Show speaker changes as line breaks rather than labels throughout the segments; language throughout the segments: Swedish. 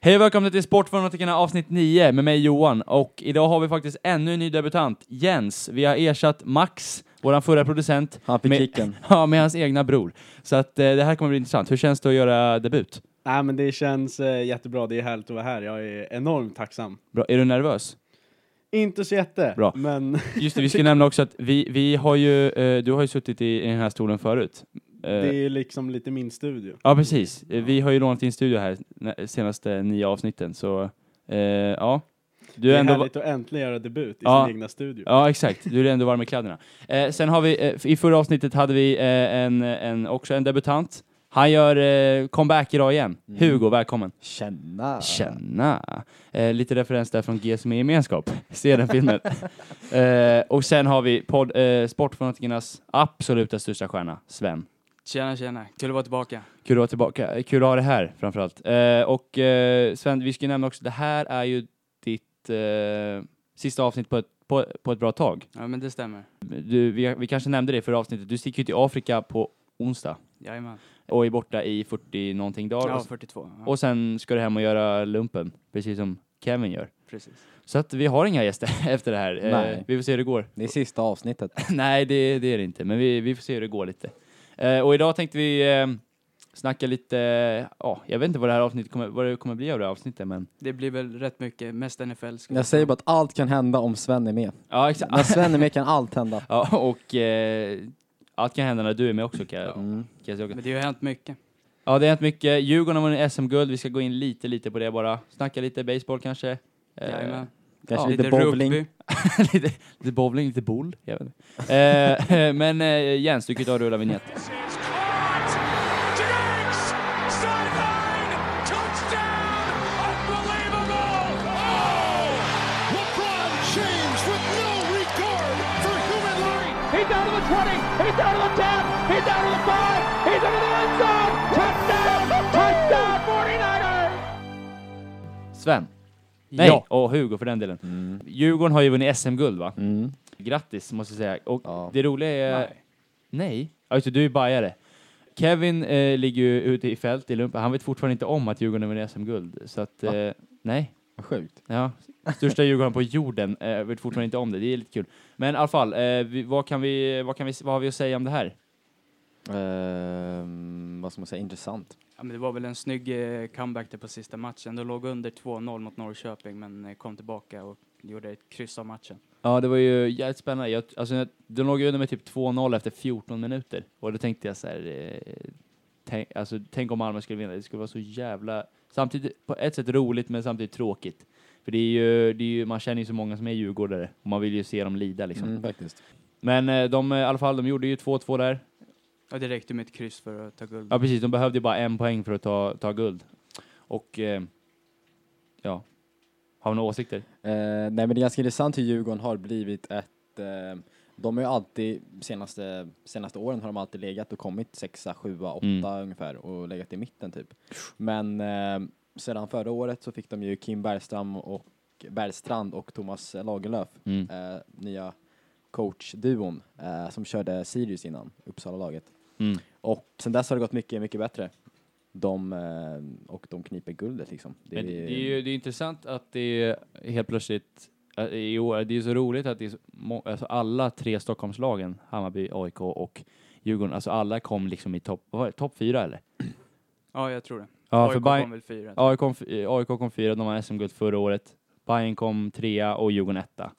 Hej och välkomna till Sportfanatikerna avsnitt 9 med mig Johan och idag har vi faktiskt ännu en ny debutant, Jens. Vi har ersatt Max, våran förra producent,
Han fick
med,
kicken.
ja, med hans egna bror. Så att eh, det här kommer bli intressant. Hur känns det att göra debut?
Nej men det känns eh, jättebra, det är härligt att vara här. Jag är enormt tacksam.
Bra. Är du nervös?
Inte så jätte,
Bra.
men
Just det, vi ska nämna också att vi, vi har ju, eh, du har ju suttit i, i den här stolen förut. Eh,
det är liksom lite min studio.
Ja, precis. Eh, Vi har ju lånat din studio här nä- senaste nio avsnitten, så eh, ja. Du
det
är
är
ändå...
härligt att äntligen göra debut i
Ja.
sin egna studio.
Ja, exakt. Du är ändå varm i kläderna. Eh, sen har vi, eh, i förra avsnittet hade vi eh, en, en, också en debutant. Han gör eh, comeback idag igen. Hugo, välkommen.
Känna.
Tjena! Eh, lite referens där från G som är gemenskap. Se den filmen. eh, och sen har vi podd, eh, Sportfanatikernas absoluta största stjärna, Sven.
Tjena, tjena. Kul att vara tillbaka.
Kul att vara tillbaka. Eh, Kul att ha dig här framförallt. Eh, och eh, Sven, vi ska ju nämna också, det här är ju ditt eh, sista avsnitt på ett, på, på ett bra tag.
Ja, men det stämmer.
Du, vi, vi kanske nämnde det i förra avsnittet, du sticker ju till Afrika på onsdag
Jajamän.
och är borta i 40 någonting dagar.
Ja,
Och-
42. Ja,
och sen ska du hem och göra lumpen, precis som Kevin gör.
precis.
Så att vi har inga gäster efter det här. Eh,
Nej.
vi får se hur det går.
Det är sista avsnittet.
Nej, det, det är det inte, men vi, vi får se hur det går lite. Eh, och idag tänkte vi eh, snacka lite, eh, ja, jag vet inte vad det här avsnittet kommer, vad det kommer bli av det här avsnittet, men
Det blir väl rätt mycket, mest NFL. ska
Jag säger bara att allt kan hända om Sven är med.
ja, exakt.
När Sven är med kan allt hända.
ja, och eh, allt kan hända när du är med också, kan, jag- kan
Mm.
jag säga.
Men det har ju hänt mycket.
Ja, det har hänt mycket. Djurgården har vunnit SM-guld. Vi ska gå in lite, lite på det bara. Snacka lite baseball kanske. Eh,
Jajamän.
Kanske
Ja,
lite bowling.
rugby.
lite, lite bowling, lite boll. Jag vet inte. eh, men eh, Jens, du kan ju ta och rulla vignett.
is caught. Diggs! Sideline! Touchdown! Unbelievable! Oh! LeBron James with no regard for human life! He's down to the 20! He's down to the 10! He's down to the 5! He's into the end zone! Touchdown! Touchdown 49ers!
Sven. Nej,
Ja.
och Hugo för den delen. Djurgården har ju vunnit SM-guld, va?
Mm.
Grattis, måste jag säga. Och
Ja.
det roliga är...
Nej.
Nej. Ja, just det, du är ju bajare. Kevin eh, ligger ju ute i fält i lumpen. Han vet fortfarande inte om att Djurgården har vunnit SM-guld. Så att,
Va?
eh, nej.
Vad sjukt.
Ja, största Djurgården på jorden. Eh, vet fortfarande inte om det, det är lite kul. Men i alla fall, eh, vi, vad, kan vi, vad, kan vi, vad har vi att säga om det här?
Ehm, vad ska man säga? Intressant.
Ja, men det var väl en snygg eh, comeback där på sista matchen. De låg under 2-0 mot Norrköping, men eh, kom tillbaka och gjorde ett kryss av matchen.
Ja, det var ju jävligt spännande. Jag, alltså, jag- de låg ju under med typ 2-0 efter 14 minuter. Och då tänkte jag så här, eh, tänk, alltså, tänk om Malmö skulle vinna. Det skulle vara så jävla... Samtidigt, på ett sätt roligt, men samtidigt tråkigt. För det är ju, det är ju, man känner ju så många som är djurgårdare. Och man vill ju se dem lida liksom.
Mm, faktiskt.
Men eh, de, eh, i alla fall, de gjorde ju 2-2 där.
Och det räckte med ett kryss för att ta guld.
Ja precis, de behövde ju bara en poäng för att ta, ta guld. Och eh, ja, har vi några åsikter?
Eh, nej, men det är ganska intressant hur Djurgården har blivit ett... Eh, de har ju alltid, senaste, senaste åren har de alltid legat och kommit sexa, sjua, åtta
Mm.
ungefär och legat i mitten typ. Men eh, sedan förra året så fick de ju Kim Bergstrand och, Bergstrand och Thomas Lagerlöf
Mm.
eh, nya coachduon eh, som körde Sirius innan, Uppsala-laget.
Mm.
Och sen dess har det gått mycket, mycket bättre. De, eh, och de kniper guldet liksom. Det
Men det,
är-
det är ju det är intressant att det är helt plötsligt eh, i år, det är ju så roligt att det är så, må- alltså alla tre Stockholmslagen, Hammarby, AIK och Djurgården, alltså alla kom liksom i topp, vad var det, topp fyra eller?
Ja, jag tror det.
Ja, för
AIK
Bayern,
kom väl fyra.
AIK, kom, f- eh, AIK kom fyra, de vann SM-guld förra året. Bayern kom trea och Djurgården etta.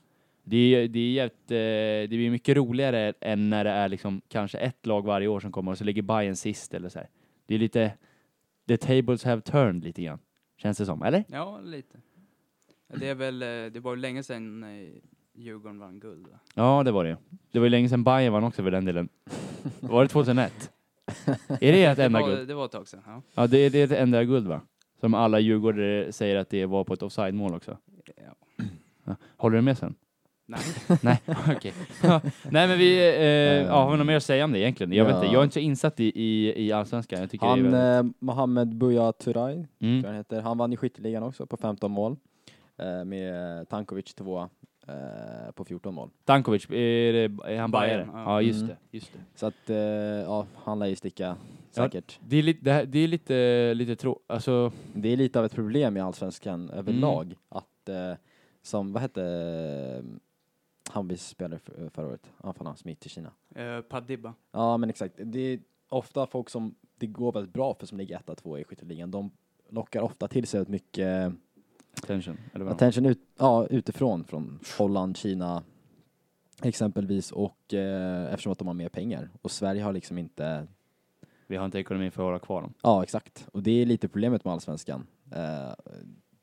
Det är, det, är jävligt, eh, det blir mycket roligare än när det är liksom kanske ett lag varje år som kommer och så ligger Bayern sist eller så här. Det är lite, the tables have turned lite grann. Känns det som, eller?
Ja, lite. Det är väl, eh, det var ju länge sedan eh, Djurgården vann guld. Va?
Ja, det var det. Det var ju länge sedan Bayern vann också för den delen. Var det 2001? är det ett
Det
enda
var,
guld?
det var ett tag sedan. Ja.
Ja, det är det är ett enda guld va? Som alla djurgårdare säger att det var på ett offside-mål också.
Ja.
Ja. Håller du med sen?
Nej.
Nej, okej. Ja, Nej, men vi... Eh, ja, har vi något mer att säga om det egentligen? Jag vet
Ja.
inte, jag är inte så insatt i, i, i allsvenskan. Jag tycker det är
han,
väldigt-
eh, Mohamed Buya Turay, tror
mm.
jag han heter, han vann ju skytteligan också på 15 mål. Eh, med eh, Tankovic tvåa, eh, på 14 mål.
Dankovic, är, det, är han bajare?
Bayern,
Ja,
ja.
just,
Mm.
det, just det.
Så att, eh, ja, han lär ju sticka säkert.
Det är lite, det här, det är lite, lite tro, alltså,
Det är lite av ett problem i Allsvenskan överlag
Mm.
att, eh, som, vad hette eh, Hammarbys spelare för, eh, förra året? Han fan han som gick till Kina.
Eh, Padiba.
Ja, men exakt. Det är ofta folk som det går väldigt bra för som ligger etta, tvåa i skytteligan. De lockar ofta till sig väldigt mycket
attention. Eller vad
attention ut, ja, utifrån, från Holland, Kina exempelvis och eh, eftersom att de har mer pengar. Och Sverige har liksom inte,
Vi har inte ekonomin för att hålla kvar dem.
ja exakt. Och det är lite problemet med allsvenskan. Eh,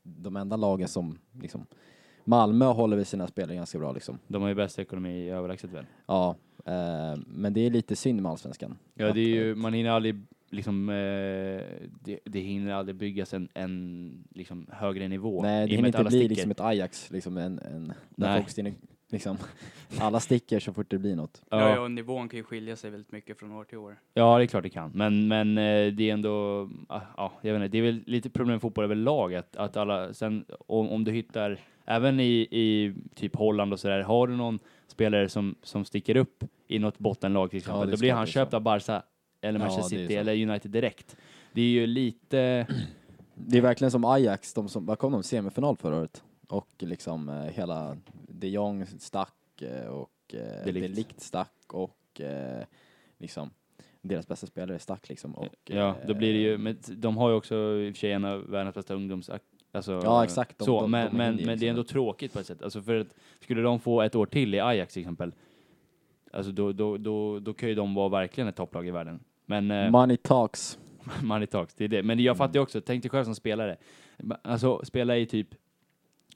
de enda lagen som, liksom, Malmö håller väl sina spelare ganska bra liksom.
De har ju bäst ekonomi i överlägset väl.
Ja, eh, men det är lite synd med allsvenskan.
Ja, det är ju,
Att-
man hinner aldrig liksom, eh, det, det hinner aldrig byggas en, en liksom, högre nivå.
Nej,
i
det
och med
hinner
att
inte
alla
bli
sticker.
liksom ett Ajax, liksom en, en där
Nej.
folk stinner, liksom, alla sticker så fort det blir något.
Ja.
Ja. ja, och nivån kan ju skilja sig väldigt mycket från år till år.
Ja, det är klart det kan. Men, men eh, det är ändå, ah, ja, jag vet inte, det är väl lite problem med fotboll överlag att, att alla, sen om, om du hittar, även i, i typ Holland och sådär, har du någon spelare som, som sticker upp i något bottenlag till exempel,
det
då
är
blir
klart
han
det är
köpt
så.
av Barca eller
Ja,
Manchester
det är
City
så.
eller United direkt. Det är ju lite,
Det är verkligen som Ajax, de som, vad kom de, semifinal förra året? Och liksom eh, hela de Jong stack eh, och eh,
De Ligt.
de Ligt stack och eh, liksom deras bästa spelare stack liksom. Och,
ja, då blir det ju,
eh,
men de har ju också i och för sig en av världens bästa ungdoms... Alltså,
Ja, exakt. De-
så,
de-
men,
de
men,
hinner
men
ju
det är
liksom.
ändå tråkigt på ett sätt. Alltså för att, skulle de få ett år till i Ajax till exempel, alltså då, då, då, då kan ju de vara verkligen ett topplag i världen. Men eh,
Money talks.
money talks, det är det. Men jag fattar ju också, tänk dig själv som spelare. Ma- Alltså spela i typ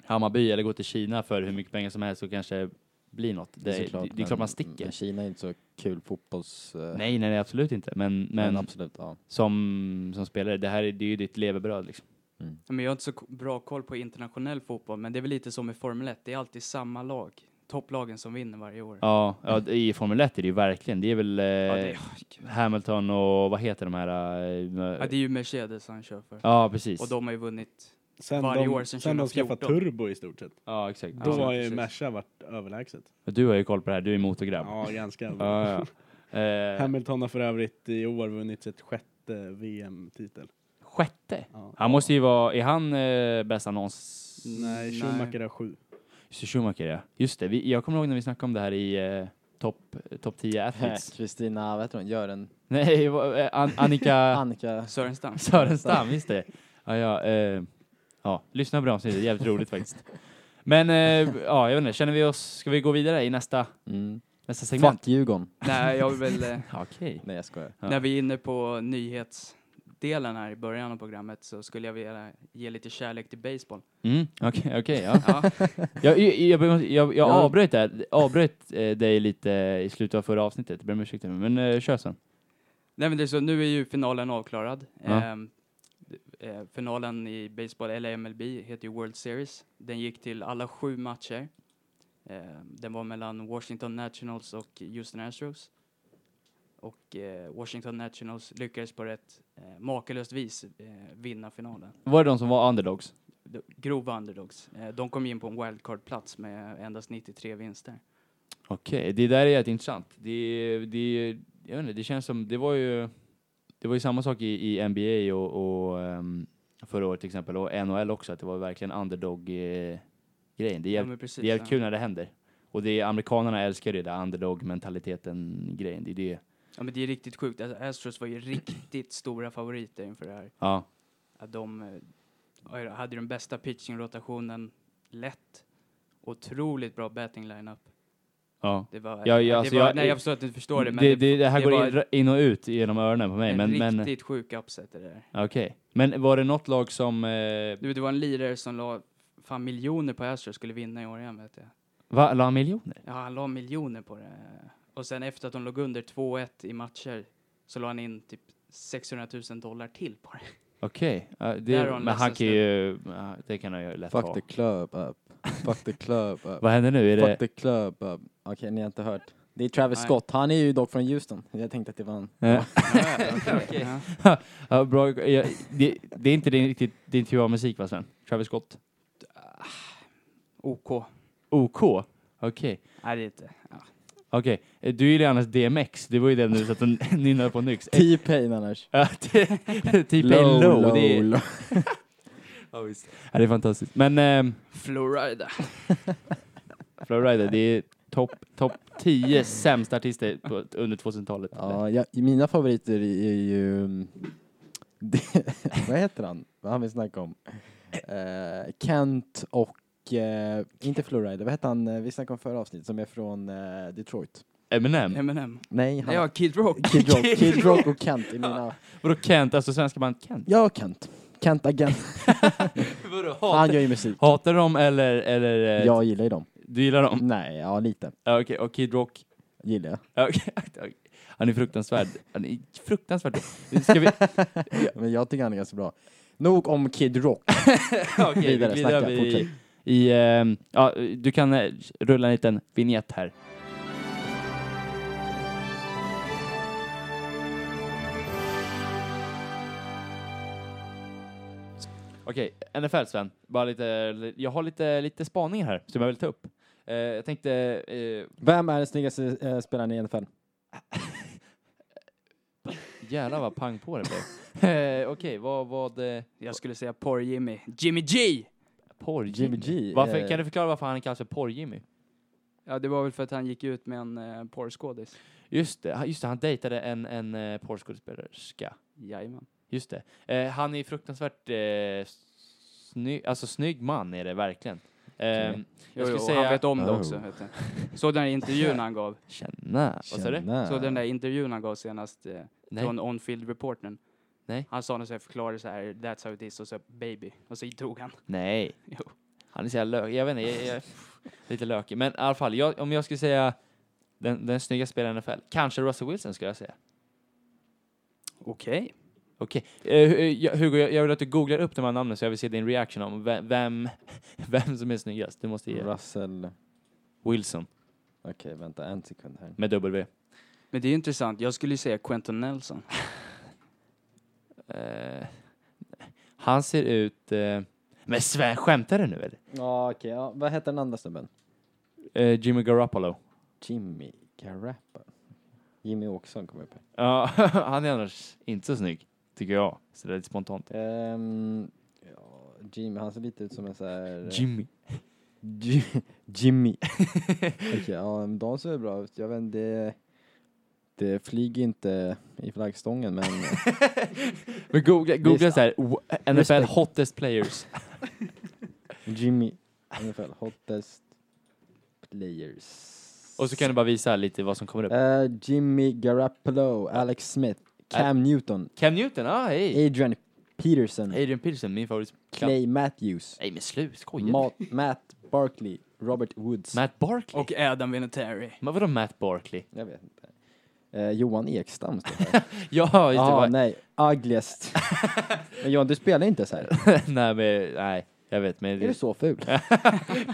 Hammarby eller gå till Kina för hur mycket pengar som helst och kanske blir något. Det, det, det, är klart man sticker.
Men Kina är inte så kul fotbolls... eh,
nej, nej, nej, absolut inte. Men, men,
men, absolut, ja.
som, som spelare, det här är, det är ju ditt levebröd liksom.
Ja, Men jag har inte så k- bra koll på internationell fotboll, men det är väl lite som i Formel 1. Det är alltid samma lag. Topplagen som vinner varje år.
Ja, ja det- i Formel 1 är det ju verkligen. Det är väl eh,
Ja, det,
Hamilton och vad heter de här?
ja,
Eh,
det är ju Mercedes han kör för.
ja, precis.
Och de har ju vunnit.
Sen
Varje
de,
år sedan
sen de skaffade
2014.
turbo i stort sett.
ja, exakt.
Då
Ja,
har ju
precis.
Merca varit överlägset.
Du har ju koll på det här, du är motorgrabb.
Ja, ganska.
Ja, ja. Eh,
Hamilton har för övrigt i år vunnit sitt sjätte VM-titel.
sjätte?
Ja.
Han måste ju vara, är han eh, bästa annons?
Nej, Schumacher har sju.
Just det, Schumacher ja. Just det, vi, jag kommer ihåg när vi snackade om det här i eh, topp top 10 athletes.
Kristina, vad heter hon, Gören,
Nej, vad- eh, An- Annika
Annika.
Sören Stam.
Sörenstam, just det. Ja, ja, eh, ja, lyssna på det avsnittet, jävligt roligt faktiskt. Men eh, ja, jag vet inte, känner vi oss, ska vi gå vidare i nästa,
Mm.
nästa segment?
Fuck Djurgården.
Nej, jag vill väl... eh,
Ja, Okej.
Nej, jag skojar.
Ja.
När vi är inne på nyhetsdelen här i början av programmet så skulle jag vilja ge lite kärlek till baseball.
Mm, okej, okej, ja.
Ja,
Jag, jag, jag, jag, jag
Ja.
avbröt, där, avbröt eh, dig lite i slutet av förra avsnittet, jag ber om ursäkt, men eh, kör sen.
nej men det är så, nu är ju finalen avklarad.
Ja.
Ehm, d- eh, finalen i baseball, eller MLB, heter ju World Series. Den gick till alla sju matcher. Ehm, den var mellan Washington Nationals och Houston Astros. Och eh, Washington Nationals lyckades på ett eh, makalöst vis eh, vinna finalen.
Var det de som var underdogs?
De- Grova underdogs. Eh, de kom in på en wildcard-plats med endast 93 vinster.
Okej, det där är jätteintressant. Det, det, jag vet inte, det känns som, det var ju, det var ju samma sak i, i NBA och, och ehm, förra året till exempel, och NHL också, att det var verkligen underdog-grejen. det är
Ja,
jävligt
men precis,
Det är jävligt
ja.
kul när det händer. Och det är, amerikanerna älskar det där underdog-mentaliteten-grejen. Det är det.
Ja, men det är riktigt sjukt. Alltså, Astros var ju riktigt stora favoriter inför det här.
Ja.
Att de eh, vad är det, hade den bästa pitching-rotationen lätt. Otroligt bra batting lineup.
ja.
Det var,
Ja, ja,
det
alltså
var,
jag-
nej, jag förstår att du inte förstår det,
Det,
men
det,
det,
det, här
var
går in, in och ut genom öronen på mig.
en
Men, men,
riktigt sjuk upset det där.
okej. men var det något lag som... Eh,
Du, det var en lirare som la fan miljoner på Astros skulle vinna i år igen, vet jag.
va, la miljoner?
Ja, han la miljoner på det. Och sen efter att de låg under 2-1 i matcher så la han in typ 600 000 dollar till på det.
Okej. Ja, det-
Där har han
men han
löst
kan ju... ja, Det kan han ju lätt
Fuck
ha.
the club up. Fuck the club up.
Vad händer nu? Är
Fuck
det...
the club up. Okej, ni har inte hört. Det är Travis
Nej.
Scott. Han är ju dock från Houston. Jag tänkte att det var en...
Ja,
Ja.
ja, bra. Ja, det, det är inte din, riktigt din typ av musik va Sven? Travis Scott?
OK.
OK? Okej.
Nej, det är inte. Ja.
Okej. Eh, Du gillar ju annars DMX. Det var ju den du satt och nynnade på nyx. Eh,
T-Pain annars.
ja, typ low, low, low. Det är,
low.
ja, visst. Ja, det är fantastiskt. Men ehm,
Florida.
Flowrider, det är topp top 10 sämsta artister på, under 2000-talet.
Ja, ja, mina favoriter är ju... mm, vad heter han? Vad han vi snackade om? Eh, Kent och... eh, inte Flowrider, vad hette han eh, vi snackade om förra avsnittet som är från eh, Detroit?
Eminem.
M&M.
Nej, han...
Nej, ja, Kid Rock.
Kid Rock, Kid Rock och Kent är mina...
Vadå Kent? Alltså svenska band Kent?
Ja, Kent. Kent Agent.
Vadå,
Han
hatar,
gör ju musik.
hatar de eller, eller eh,
Jag gillar ju dem.
du gillar dem?
Nej, ja lite.
Ja, Okej, och Kid Rock?
Gillar jag.
Ja, okej, okej. Han är fruktansvärd. Han är fruktansvärd. Ska vi...
Men jag tycker han är ganska bra. Nog om Kid Rock.
Ja, Okej,
Vidare,
vi
snacka,
glider över i,
fortsätt.
i ehm, ja, du kan eh, rulla en liten vignett här. Okej, NFL Sven. Bara lite, jag har lite, lite spaningar här som jag vill ta upp. Eh, jag tänkte, eh,
Vem är den snyggaste eh, spelaren i NFL?
jävlar vad pang på det blev. Eh, Okej, vad, vad, eh,
Jag skulle säga porr Jimmy. Jimmy G!
porr-Jimmy?
Jimmy G.
Varför,
eh,
kan du förklara varför han kallas för porr-Jimmy?
Ja, det var väl för att han gick ut med en eh, porrskådis.
Just det, han- just det, han dejtade en, en eh, porrskådespelerska.
Jajamän.
Just det. Eh, han är fruktansvärt eh, snygg, alltså snygg man är det verkligen. Ehm,
Jag
skulle
skulle
säga-
säga... Han vet om det
Oh.
också. Vet du. Såg den där intervjun han gav.
Tjena. Vad sa du?
Tjena.
Såg den där intervjun han gav senast. Eh,
Nej.
Från on-field reportern.
Nej.
Han sa något så här, förklarade så här, that's how it is, och så baby. Och så drog han.
Nej.
Jo.
Han är så jävla lök. Jag vet inte, jag, jag, lite lökig. Men i alla fall, jag, om jag skulle säga den, den snygga spelaren i NFL, kanske Russell Wilson skulle jag säga.
Okej.
Okej. Eh, hu- eh, jag- Hugo, jag, jag vill att du googlar upp de här namnen så jag vill se din reaction om ve- vem, vem som är snyggast. Du måste ge
Russell...
Wilson
Okej, vänta en sekund här.
med W.
Men det är intressant. Jag skulle ju säga Quentin Nelson.
Eh, han ser ut... Eh, men Sven, skämtar du nu eller?
Ja, okej. ja. Vad heter den andra snubben?
Eh, Jimmy Garoppolo.
Jimmy Garappa. Jimmy Åkesson kommer upp här.
Ja, han är annars inte så snygg, tycker jag. Så det är lite spontant.
Ehm, ja, Jimmy, han ser lite ut som en så här...
Jimmy.
Ji- Jimmy. okej, ja, men de ser bra ut. Jag vet inte, det... Det flyger inte i flaggstången, men...
Men googla, googla
Visst.
så här, w- NFL
Respekt.
hottest players.
Jimmy, NFL, hottest players.
Och så kan du bara visa lite vad som kommer upp.
Eh, Jimmy Garoppolo, Alex Smith, Cam Newton,
Cam Newton, ah hej!
Adrian Peterson,
Adrian Peterson, min favorit.
Clay Matthews,
Nej men slut, skojar du?
Ma- Matt Barkley, Robert Woods.
Matt Barkley?
Och Adam Vinatieri.
Men vadå Matt Barkley?
Jag vet inte. Eh, Johan Ekstam står här.
Ja, just det.
Ja,
bara-
nej. Ugliest. men Johan, du spelar inte så här.
nej men, nej. Jag vet, men...
Är du så ful?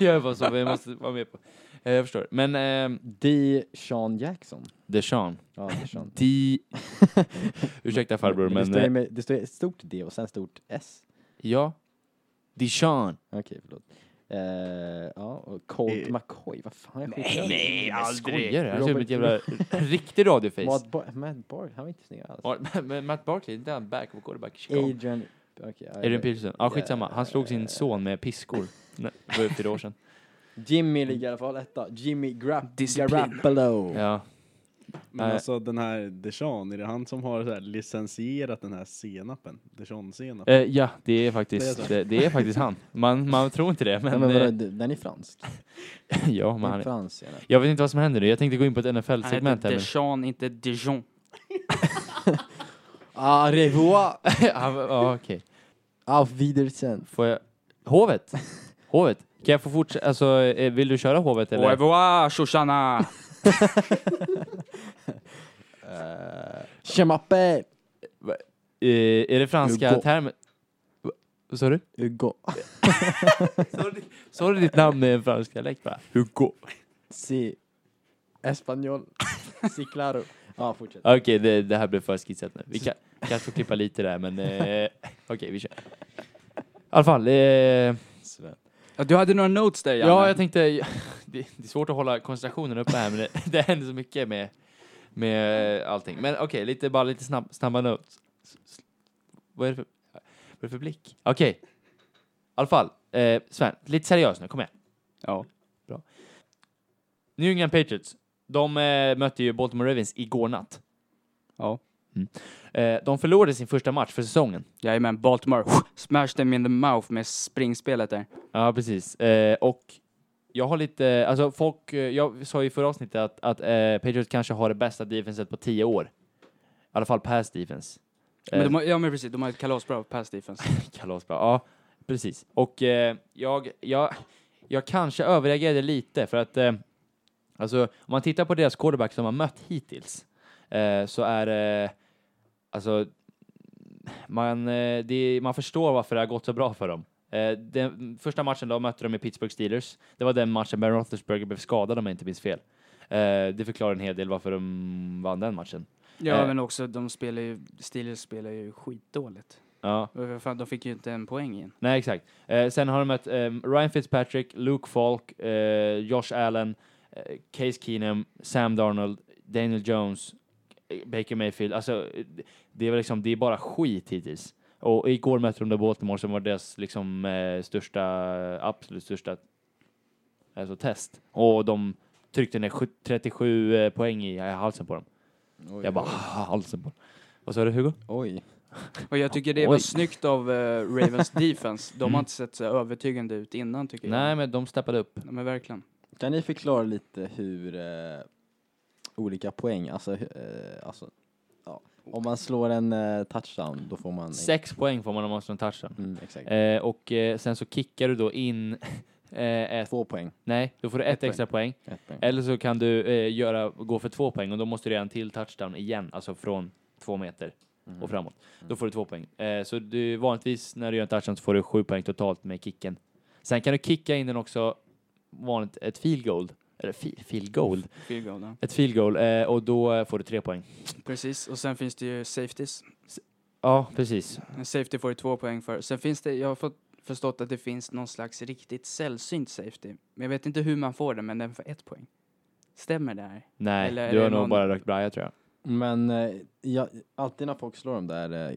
jag är bara så, vi måste vara med på. Eh, Jag förstår. Men, ehm,
D. Sean Jackson.
Deshaun.
Ja, det är Sean.
De... Ursäkta farbror,
det,
men...
står ju
eh,
med, det står ju ett stort D och sen stort S.
Ja. Deshaun.
Okej, förlåt. Eh, ja, och Colt
Eh.
McCoy. Vad fan, jag
Nej,
skiter
nej, aldrig.
Skojar du? Han ser ut som ett jävla
Robert-
riktig radioface.
Matt, Bar- Matt Barkley, han var inte snygg alls.
Ja, Men Matt Barkley, inte han back och quarterback i Chicago?
Adrian... Okay,
Adrian Peterson. Ja, skitsamma. Han slog sin son med piskor. Nej, Det var upp till år sedan.
Jimmy ligger i alla fall etta. Jimmy Grapp-
Disciplin.
Garoppolo.
Oh.
Ja.
Men
Nej.
alltså den här Deshaun, är det han som har så här licensierat den här senapen? Deshaun-senapen?
Eh, ja, det är
Det är
faktiskt,
så.
det, det är faktiskt han. Man, man tror inte det,
Nej,
men...
men vadå,
eh,
du- den är fransk.
ja, men
Den
han
är
är,
fransk, ja.
jag vet inte vad som händer nu. Jag tänkte gå in på ett
Han heter
NFL-segment här. men-
Deshaun, inte Dijon.
Ah, revoir!
Ja, men- ja, okej.
Auf Wiedersehen.
Får jag... Hovet? Hovet? Kan jag få fortsätta? Alltså, eh, vill du köra hovet
Au
eller?
revoir, Shoshana!
Je m'appelle
Eh, är det franska
Hugo.
termer? Va- Vad sa du?
Hugo.
Sa du ditt namn med en fransk dialekt va? Hugo.
Si. Espanol. Si claro. Ja, fortsätt.
Okej, det, det här blev för skissat nu. Vi kan, kanske får klippa lite där, men eh, okej, vi kör. I alla fall, eh,
Sven.
Ja, Du hade några notes där, Janne.
Ja, jag tänkte, det, det är svårt att hålla koncentrationen uppe här, men det, det händer så mycket med, med allting. Men okej, lite, bara lite snabb, snabba notes. S- s- Vad är det för, vad är det för blick? Okej, i alla fall, eh, Sven, lite seriöst nu, kom igen.
Ja.
New England Patriots, de eh, mötte ju Baltimore Ravens igår natt.
Ja.
Mm. Eh, de förlorade sin första match för säsongen.
Jajamän, Baltimore smash them in the mouth med springspelet där.
Ja, precis. Eh, och jag har lite, alltså folk, eh, jag sa ju i förra avsnittet att, att eh, Patriots kanske har det bästa defenset på tio år. I alla fall pass defense. Eh,
Men de har, ja men precis, de har ett kalasbra pass defense.
Kalasbra, ja. Precis. Och eh, jag, jag, jag kanske överreagerade lite för att eh, alltså, om man tittar på deras quarterback som har mött hittills eh, så är eh, alltså man, eh, det, man förstår varför det har gått så bra för dem. Eh, den första matchen då mötte de i Pittsburgh Steelers. Det var den matchen Ben Roethlisberger blev skadad om jag inte minns fel. Eh, det förklarar en hel del varför de vann den matchen.
Ja
Eh.
men också, de spelar ju, Steelers spelar ju skitdåligt.
Ja.
Vad fan, De fick ju inte en poäng in.
Nej, exakt. Eh, sen har de mött ehm, Ryan Fitzpatrick, Luke Falk, eh, Josh Allen, eh, Case Keenum, Sam Darnold, Daniel Jones, eh, Baker Mayfield. Alltså, eh, det är väl liksom, det är bara skit hittills. Och igår mötte de då Baltimore som var deras liksom eh, största, absolut största alltså, test. Och de tryckte ner sju- 37 eh, poäng i eh, halsen på dem.
Oj,
Jag bara, "Ah, halsen på dem. Vad sa du Hugo?
Oj.
Och jag tycker det var
Oj.
snyggt av eh, Ravens defense. De har inte sett så övertygande ut innan tycker jag.
Nej, men de steppade upp.
Nej, men verkligen.
Kan ni förklara lite hur eh, olika poäng, alltså, hu- eh, alltså ja. om man slår en eh, touchdown då får man...
Sex poäng får man om man slår en touchdown.
Mm, exakt.
Eh, och eh, sen så kickar du då in eh, ett,
Två poäng.
nej, då får du ett,
Ett poäng.
extra poäng.
Ett poäng.
Eller så kan du eh, göra, gå för två poäng och då måste du göra en till touchdown igen, alltså från två meter
Mm.
och framåt. Då får du två poäng. Eh, så du, vanligtvis när du gör en touchdown så får du sju poäng totalt med kicken. Sen kan du kicka in den också, vanligt, ett field goal. Eller fi, field goal?
Field goal, ja.
Ett field goal eh, och då eh, får du tre poäng.
Precis, och sen finns det ju safeties.
Ja, precis.
En safety får ju två poäng för. Sen finns det, jag har fått förstått att det finns någon slags riktigt sällsynt safety. Men jag vet inte hur man får den, men den får ett poäng. Stämmer det här?
Nej,
Eller är
du har
det
nog
någon-
bara rökt braja tror jag.
Men eh, jag, alltid när folk slår de där eh,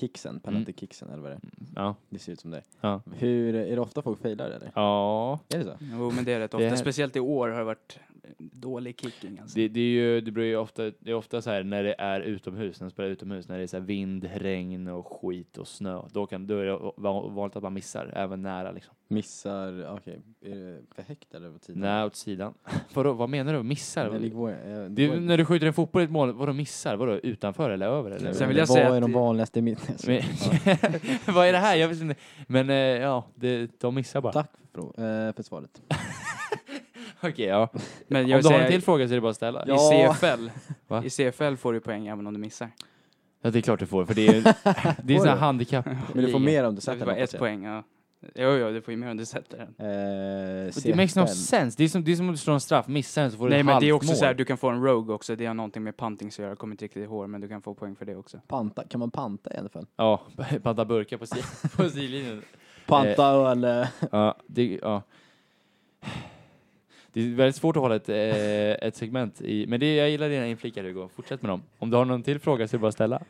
kicksen, penalty kicksen eller vad det är,
Ja.
det ser ut som det.
Ja.
Hur, är det ofta folk failar eller?
ja.
Är det så?
Jo, men det är rätt
Det
ofta.
är-
Speciellt i år har det varit eh, dålig kicking. Alltså.
Det, det är ju, det blir ju ofta, det är ofta så här när det är utomhus, när man spelar utomhus, när det är så här vind, regn och skit och snö. Då, kan, då är det va- vanligt att man missar, även nära liksom.
Missar, okej, är det för högt eller på tiden?
Nej, åt sidan. Vadå, vad menar du? Missar?
Men det går, eh,
det är,
går-
när du skjuter en fotboll i ett mål, vadå missar? Vadå, utanför eller över? Eller?
Sen
Men
vill jag
vad
säga
är
att
de
det-
vanligaste mitt-
Men, vad är det här? Jag vet inte. Men eh, ja, det, de missar bara.
Tack för, frå- eh, för svaret.
Okej, ja.
Men
Om
jag
du har
säger,
en till fråga så är det bara att ställa.
Ja.
i CFL,
Va?
i CFL får du poäng även om du missar.
Ja, det är klart du får, för det är, det är sån här
du?
handikapp.
Men du får mer om du
Så det
sätter
var
den,
ett
hoppas jag.
poäng, ja. Jo, jo, du får ju mer om du sätter den.
Eh,
Det makes no
CFL.
sense. Det är som, det är som om du slår en straff, missar den så får du
Nej,
ett
men det är
halvt
också
mål.
så här, du kan få en rogue också. Det har någonting med punting att göra. Jag kommer inte riktigt ihåg, men du kan få poäng för det också.
Panta, kan man panta i alla fall?
Ja, panta burkar på, sti- på stillinjen.
Panta öl. eh,
ja, det, ja. det är väldigt svårt att hålla ett, eh, ett segment i, men det, jag gillar dina inflikar Hugo, fortsätt med dem. Om du har någon till fråga så är det bara att ställa.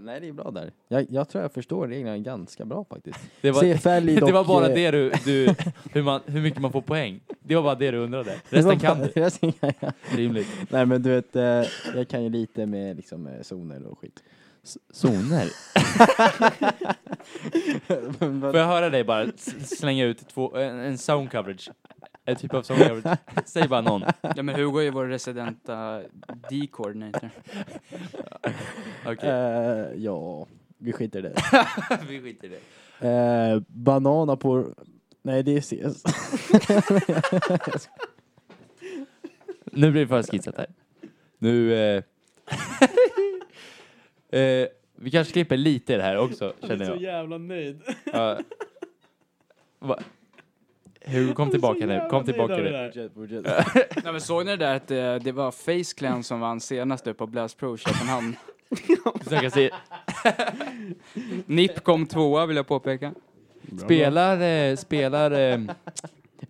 Nej, det är bra där. Jag, jag tror jag förstår reglerna ganska bra faktiskt.
Det var,
CFL är
det
dock,
var bara
eh,
det du, du hur, man, hur mycket man får poäng. Det var bara det du undrade.
det var
Resten kan
bara-
du.
resten kan jag.
Rimligt.
Nej men du vet, eh, jag kan ju lite med liksom eh, zoner och skit.
Zoner.
Men- men-
Får jag höra dig bara s- slänga ut två, en, en sound coverage? En typ av sound coverage. Säg bara någon.
Ja, men Hugo är ju vår residenta D-coordinator.
Okej,
eh, ja, vi skiter i det.
vi skiter i det.
Eh, banana på... Nej det är CS.
Nu blir det för skitsat här. Nu... Eh, eh, vi kanske klipper lite i det här också,
Jag
känner
är så
jag.
jävla nöjd.
Ja. Va? Hur kom tillbaka nu, kom tillbaka nu.
Nej, men såg ni det där att eh, det var Face Clan som vann senast upp på Blast Pro Köpenhamn?
Så jag kan se,
NIP kom tvåa vill jag påpeka.
Bra, bra.
Spelar, eh, spelar, eh,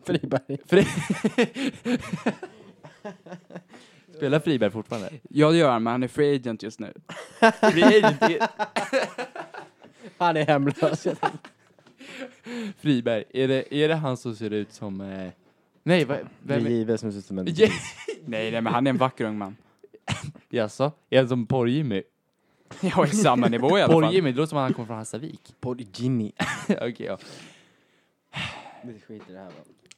Friberg.
Fri... spelar Friberg fortfarande?
Ja, det gör han, men han är free agent just nu.
Free agent är...
Han är hemlös.
Friberg, är det, är det han som ser ut som... Eh... Nej, va, vem är...
Give som ser ut som en...
Ja,
Nej, nej, men han är en vacker ung man.
Jaså? Är han som Porr-Jimmy?
Jag är samma nivå i alla fall.
Porr-Jimmy, det låter som att han kommer från Hassavik.
Porgini.
Okej, ja.
Vi skiter i det här va.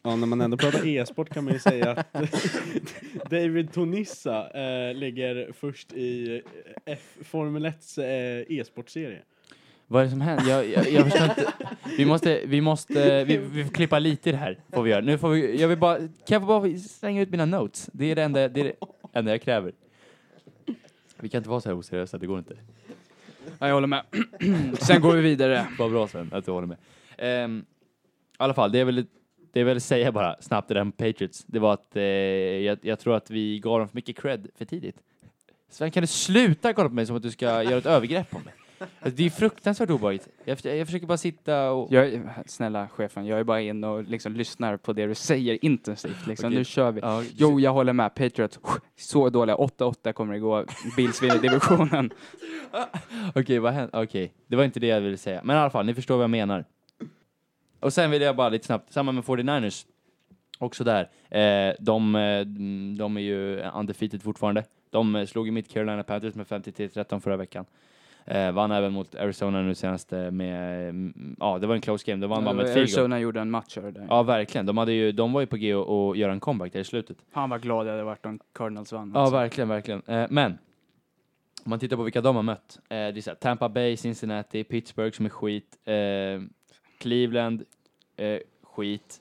Ja, när man ändå pratar e-sport kan man ju säga att David Tonissa eh, ligger först i eh, F Formel 1 eh, e-sportserie.
Vad är det som händer? Jag, jag, jag förstår inte. Vi måste, vi måste, vi, vi får klippa lite i det här. Får vi göra. Nu får vi, jag vill bara, kan jag få bara slänga ut mina notes? Det är det enda, det är det enda jag kräver. Vi kan inte vara så här oseriösa, det går inte.
Ja, jag håller med. Sen går vi vidare.
Vad bra Sven, att du håller med. Ehm, I alla fall, det jag ville, det jag ville säga bara snabbt det där med Patriots, det var att eh, jag, jag tror att vi gav dem för mycket cred för tidigt. Sven, kan du sluta kolla på mig som att du ska göra ett övergrepp på mig? Alltså, det är fruktansvärt obehagligt. Jag, förs- jag försöker bara sitta och...
Jag, snälla chefen, jag är bara in och liksom lyssnar på det du säger intensivt. Liksom.
Okej.
Nu kör vi.
Ja,
Jo, jag håller med. Patriots, så dåliga. 8-8 kommer det gå. Bills vinner divisionen.
Okej, vad hände? Okej, det var inte det jag ville säga. Men i alla fall, ni förstår vad jag menar. Och sen vill jag bara lite snabbt, samma med 49ers. Också där. Eh, de, eh, de är ju undefeated fortfarande. De eh, slog ju mitt Carolina Panthers med 53-13 förra veckan. Eh, vann även mot Arizona nu senast eh, med, mm, ja det var en close game, de vann bara med ett field goal.
Eh, Arizona gjorde en match här och där.
Ja verkligen, de, hade ju, de var ju på G och, och göra en comeback där i slutet.
Han var glad jag hade varit om Cardinals vann.
Ja,
alltså.
verkligen, verkligen. Eh, men om man tittar på vilka de har mött. Eh, det är så här, Tampa Bay, Cincinnati, Pittsburgh som är skit, eh, Cleveland, eh, skit,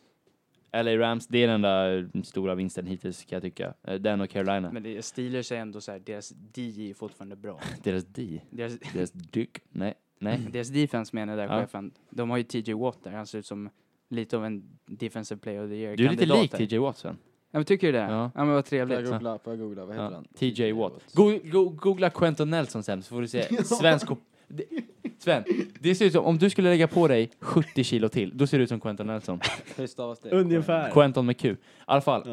LA Rams, det är den där stora vinsten hittills kan jag tycka. Eh, den och Carolina.
Men det är Steelers är ändå så här, deras DI är fortfarande bra.
Deras D,
Deras,
deras Dyck, nej, nej.
Mm.
deras defense menar jag där
Ja.
chefen. De har ju TJ Watt där. Han ser ut som lite av en defensive player of the year
Du är lite
kandidat
lik
där.
TJ Watt Sven.
Ja, men tycker du det?
Ja.
Ja, men vad
Får jag
trevligt.
googla, får jag googla, vad heter
Ja,
han?
TJ Watt. Go go googla Quentin Nelson sen så får du se svensk... kop- Det- Sven, det ser ut som om du skulle lägga på dig 70 kilo till, då ser du ut som Quentin Nelson.
Hur stavas det?
Ungefär.
Quentin med Q. I alla fall,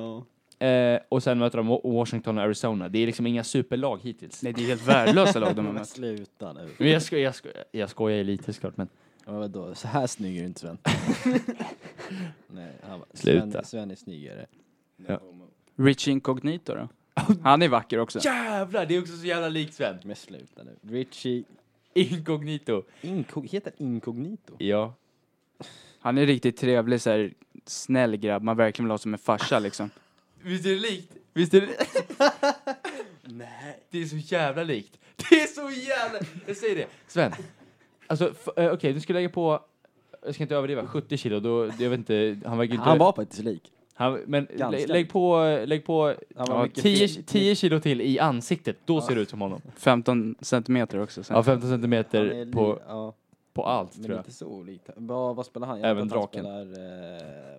Ja.
Eh, och sen möter de Wa- Washington och Arizona. Det är liksom inga superlag hittills.
Nej, det är helt värdelösa lag de har
Men
mött.
sluta nu.
Men jag, sko- jag, sko- jag skojar ju lite såklart, men
Ja, Men vadå, så här snygg är du inte Sven. Nej, han bara,
Sluta.
Sven, Sven är snyggare.
Ja.
Rich Incognito då? Han är vacker också.
jävlar, det är också så jävla likt Sven.
Men sluta nu. Richie
Inkognito.
Inco heter Incognito.
Ja.
Han är riktigt trevlig så här, snäll grabb. Man verkligen vill ha som en farsa liksom.
Visst är det likt? Visst är det Nej. Det är så jävla likt. Det är så jävla... Jag säger det. Sven. Alltså, f- eh, okej, du skulle lägga på... Jag ska inte överdriva, 70 kilo, då, jag vet inte, han väger ju inte...
Han var faktiskt lik.
han, men
Ganska.
lä, lägg på, lägg på
Han var
ja,
mycket
10,
fin.
10 kilo till i ansiktet, då ser du ut som honom.
15 centimeter också. Sen.
Ja, 15
Han
centimeter
är li-
på,
ja,
på allt
men
tror jag.
inte så olikt. Vad, vad spelar han?
Även
vet att
draken.
Han spelar, eh,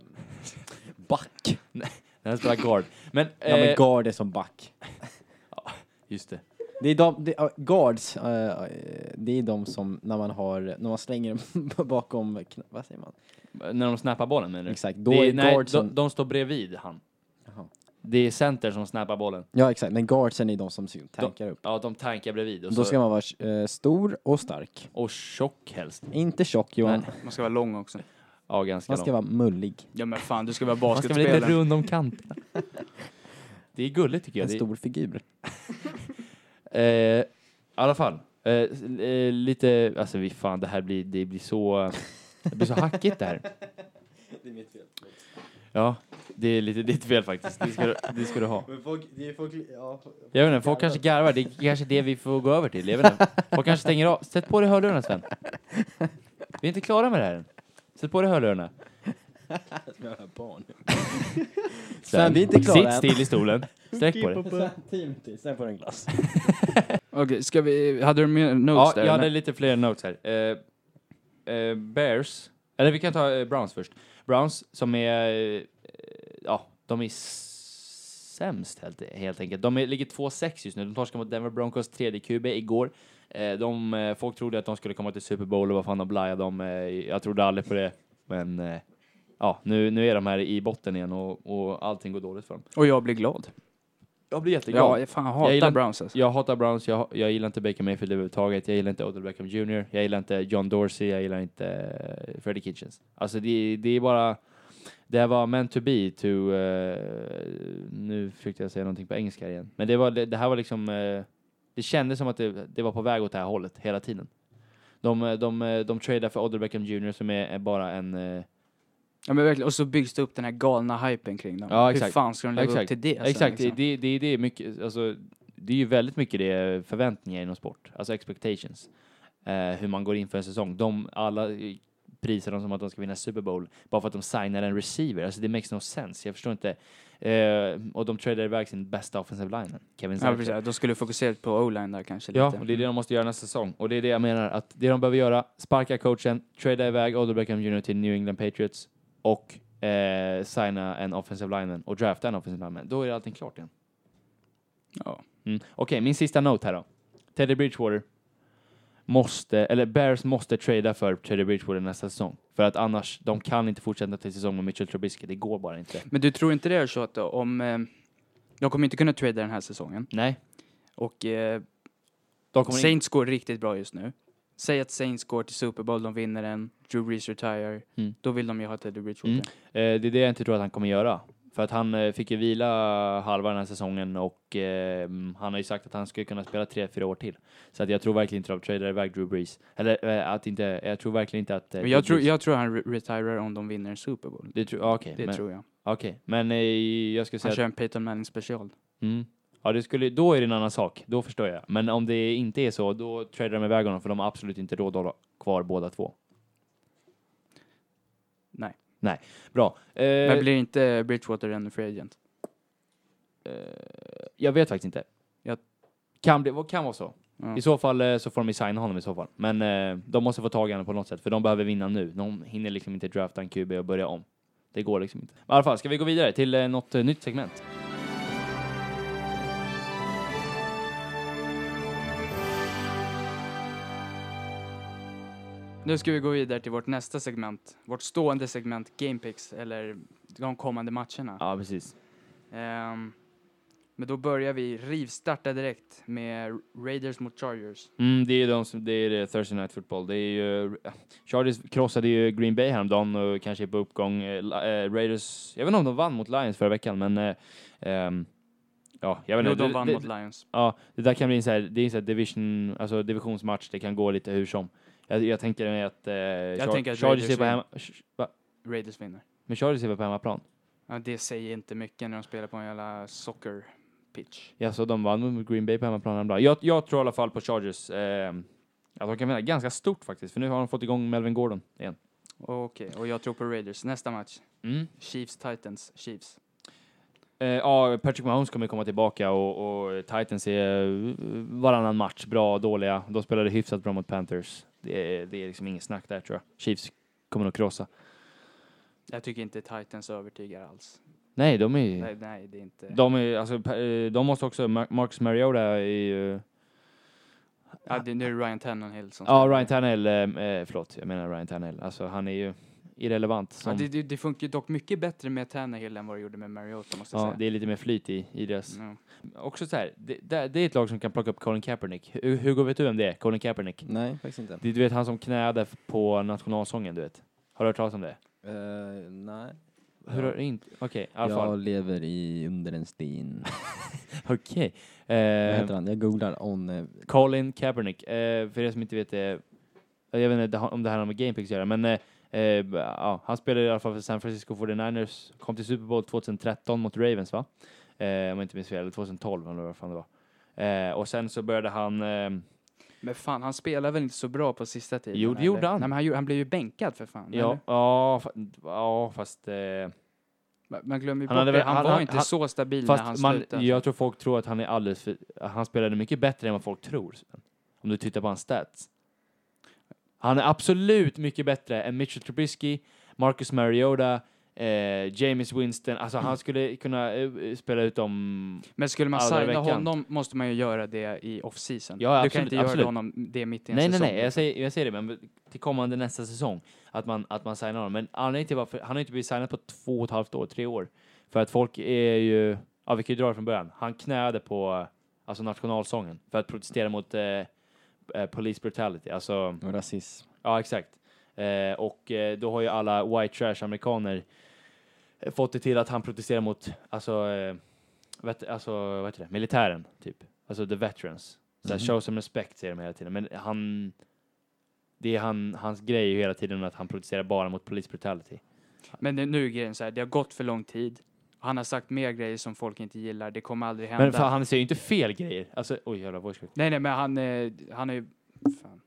back.
Nej, han spelar guard. Men,
Ja men
eh,
guard är som back.
just det.
Det är de, det, ja, guards, eh, eh, det är de som när man har, när man slänger dem bakom, kn- vad säger man?
När de snappar bollen menar du?
Exakt, då
Det
är
är, nej,
guardsen,
de, de står bredvid han.
Jaha.
Det är center som snappar bollen.
ja exakt, men guardsen är de som sy- tankar upp.
Ja, de tankar bredvid. Och,
Då
så,
ska man vara eh, stor och stark.
och tjock helst.
Inte tjock Johan,
Nej,
Man ska vara lång också.
Ja, ganska
man ska
lång.
vara mullig.
Ja men fan, du ska vara
Man ska vara lite
basketspelare.
rund om kanterna. det är gulligt tycker jag.
En
Det är-
stor figur.
Eh, I alla fall. Eh, s- eh, lite, alltså vi fan det här blir, det blir så, det blir så hackigt det här.
Det är mitt fel.
Ja, det är lite ditt fel faktiskt. Det ska, du- det ska du ha.
Men folk, det är folk, ja.
Jag vet inte, folk kanske garvar. Det är kanske det vi får gå över till. Jag vet inte. Folk kanske stänger av. Sätt på dig hörlurarna Sven. Vi är inte klara med det här än. Sätt på dig hörlurarna.
barn.
Sven,
Sven, vi är inte klara
Sitt
än.
still i stolen. Sträck på dig.
Sen tio minuter, sen får du en glass.
Okej, ska vi... Hade du mer
Ja,
notes där?
jag hade
eller?
lite fler notes här. Eh, eh, Bears, eller vi kan ta eh, Browns först. Browns som är, eh, ja, de är s- sämst helt, helt enkelt. De är, ligger 2-6 just nu. De torskade mot Denver Broncos tredje QB igår. Eh, de, eh, folk trodde att de skulle komma till Super Bowl och vad fan de blajade om. Eh, jag trodde aldrig på det. Men eh, ja, nu, nu är de här i botten igen och, och allting går dåligt för dem.
Och jag blir glad.
Jag blir jätteglad.
Ja, jag fan hatar
gillar-
Browns alltså.
Jag hatar Browns, jag, jag gillar inte Baker Mayfield överhuvudtaget, jag gillar inte Odell Beckham Jr, jag gillar inte John Dorsey, jag gillar inte eh, Freddie Kitchens. Alltså det, det är bara, det här var meant to be to, eh, nu försökte jag säga någonting på engelska här igen, men det, var, det, det här var liksom, eh, det kändes som att det, det var på väg åt det här hållet hela tiden. De, eh, de, eh, de tradar för Odell Beckham Jr som är, är bara en, eh,
Ja, men verkligen. Och så byggs det upp den här galna hypen kring dem.
Ja,
Hur
exakt.
fan ska de leva
Exakt.
upp till det? sen,
exakt,
liksom?
det, det, det är mycket, alltså, det är ju väldigt mycket det förväntningar inom sport, alltså expectations. Eh, hur man går in för en säsong. De, alla eh, prisar dem som att de ska vinna Super Bowl bara för att de signar en receiver. Alltså det makes no sense, jag förstår inte. Eh, och de tradar iväg sin bästa offensive linen, Kevin
Ja,
Zacher.
precis. De skulle fokusera på O-line där kanske
Ja,
lite.
och det är det de måste göra nästa säsong. Och det är det jag menar, att det de behöver göra, sparka coachen, trada iväg Odell Beckham Jr till New England Patriots och eh, signa en offensive lineman och drafta en offensive lineman. Då är allting klart igen.
Ja.
Mm. Okej, min sista note här då. Teddy Bridgewater måste, eller Bears måste trada för Teddy Bridgewater nästa säsong. För att annars, de kan inte fortsätta till säsong med Mitchell Trubisky. Det går bara inte.
Men du tror inte det är så att då, om... Eh, de kommer inte kunna trada den här säsongen.
Nej.
Och eh,
De kommer in,
Saints går riktigt bra just nu. Säg att Saints går till Super Bowl, de vinner den, Drew Brees retire.
Mm.
Då vill de ju ha Teddy Bridgewater.
Mm. eh, det är det jag inte tror att han kommer göra. För att han eh, fick ju vila halva den här säsongen och eh, mm, han har ju sagt att han skulle kunna spela tre fyra år till. Så att jag tror verkligen inte att de tradar iväg Drew Brees. Eller eh, att inte, jag tror verkligen inte att... eh,
Men jag,
Drew
tror,
Brees-
jag tror han re- retirar om de vinner en Super Bowl.
Det, tror- ja, okej,
Det
men,
tror jag.
okej. men eh, jag skulle säga
Han
att-
kör en Peyton Manning special.
Mm. Ja, det skulle, då är det en annan sak. Då förstår jag. Men om det inte är så, då tradar de iväg honom för de har absolut inte råd att hålla kvar båda två.
Nej.
Nej, bra. Eh,
Men blir inte Bridgewater en free agent?
Eh, Jag vet faktiskt inte.
Jag-
Kan, bli, kan vara så.
Ja.
I så fall eh, så får de ju signa honom i så fall. Men eh, de måste få tag i honom på något sätt, för de behöver vinna nu. De hinner liksom inte drafta en QB och börja om. Det går liksom inte. I alla fall, ska vi gå vidare till eh, något eh, nytt segment?
Nu ska vi gå vidare till vårt nästa segment. Vårt stående segment Game Picks, eller de kommande matcherna.
Ja, precis.
Ehm, men då börjar vi rivstarta direkt med Raiders mot Chargers.
Mm, det är de som, det är eh, Thursday Night Football. Det är ju, eh, Chargers krossade ju Green Bay häromdagen och kanske är på uppgång. Eh, Li- eh, Raiders, jag vet inte om de vann mot Lions förra veckan, men eh, ehm, ja, jag vet
Jo,
inte.
de vann
det,
mot
det,
Lions.
ja, det där kan bli en så här, det är en så här division, alltså divisionsmatch, det kan gå lite hur som. Jag, jag tänker mig att, eh, Char-
tänker att
Chargers
Raiders
är på
vinner.
hemma, sh- va?
Raiders vinner.
men Chargers är väl på hemmaplan?
Ja, det säger inte mycket när de spelar på en jävla soccer pitch.
Ja, så de vann mot Green Bay på hemmaplan häromdagen. Jag, jag tror i alla fall på Chargers. Eh, att de kan vinna ganska stort faktiskt, för nu har de fått igång Melvin Gordon igen.
Okej, och jag tror på Raiders. Nästa match.
Mm.
Chiefs Titans. Chiefs.
Eh, Ja, Patrick Mahomes kommer komma tillbaka och, och Titans är eh, varannan match bra och dåliga. De spelade hyfsat bra mot Panthers. Det är, det är liksom inget snack där tror jag. Chiefs kommer nog krossa.
Jag tycker inte Titans övertygar alls.
Nej, de är ju...
Nej, nej det är inte...
De, är, alltså, pa- eh, de måste också... Mar- Marcus Mariota är ju...
ja, det, nu är det Ryan Tannehill som
Ja,
spelar.
Ryan Tannehill. eh, eh, Förlåt, jag menar Ryan Tannehill. Alltså, han är ju irrelevant. Som,
Ja, det, det, det funkar ju dock mycket bättre med Tannehill än vad det gjorde med Mariota, måste jag
ja,
säga.
det är lite mer flyt i, i deras...
Ja.
Också så här, det, det, det är ett lag som kan plocka upp Colin Kaepernick. Hur, Hugo, vet du vem det är? Colin Kaepernick?
Nej, faktiskt inte.
Det är, Du vet han som knäade f- på nationalsången, du vet. Har du hört talas om det?
Eh, nej.
Hur har inte? Okej, i alla
Jag
fall.
lever i under en sten.
Okej.
Vad
Eh,
heter han? Jag googlar on... eh,
Colin Kaepernick. Eh, för er som inte vet det, eh, jag vet inte om det här har med GamePix att göra, men eh, eh, b- ja, han spelade i alla fall för San Francisco 49ers, kom till Super Bowl 2013 mot Ravens, va? Eh, om jag inte minns fel, eller 2012 eller vad fan det var. Eh, och sen så började han, eh,
Men fan, han spelar väl inte så bra på sista tiden?
Jo, det
eller?
gjorde han.
Nej, men han, gjorde- han blev ju bänkad för fan.
ja,
eller?
ja, fa- ja, fast eh,
Man- Man glömmer ju
Han
bort
hade
det.
väl-
Han,
han-
var
han-
inte
han-
så stabil när han
Fast man,
slutade.
jag tror folk tror att han är alldeles för, han spelade mycket bättre än vad folk tror. Sven. Om du tittar på hans stats. Han är absolut mycket bättre än Mitchell Trubisky, Marcus Mariota, eh, James Winston, alltså han skulle kunna eh, spela ut dem.
Men skulle man
Alla
signa
veckan.
honom måste man ju göra det i off-season.
Ja,
du kan
absolut,
inte göra
absolut.
honom det mitt i en
Nej, nej,
säsong. liksom.
nej, jag säger, jag säger det, men till kommande nästa säsong, att man, att man signar honom. Men anledningen till varför, han har inte blivit signad på två och ett halvt år, tre år. För att folk är ju, ja vi kan ju dra det från början, han knäade på, alltså nationalsången, för att protestera mot eh, eh, police brutality, alltså
Och rasism.
Ja, exakt. Eh, och eh, då har ju alla white trash-amerikaner eh, fått det till att han protesterar mot, alltså, eh, vet, alltså vad heter det, militären, typ. Alltså the veterans. Så
Mhm.
Show some respect, säger de hela tiden. Men han, det är han, hans grej är ju hela tiden att han protesterar bara mot police brutality.
Men det- nu är grejen så här, det har gått för lång tid. Han har sagt mer grejer som folk inte gillar, det kommer aldrig hända.
Men för han säger ju inte fel grejer. Alltså, oj jävlar, voice crack.
Nej, nej, men han, eh, han är ju... Fan.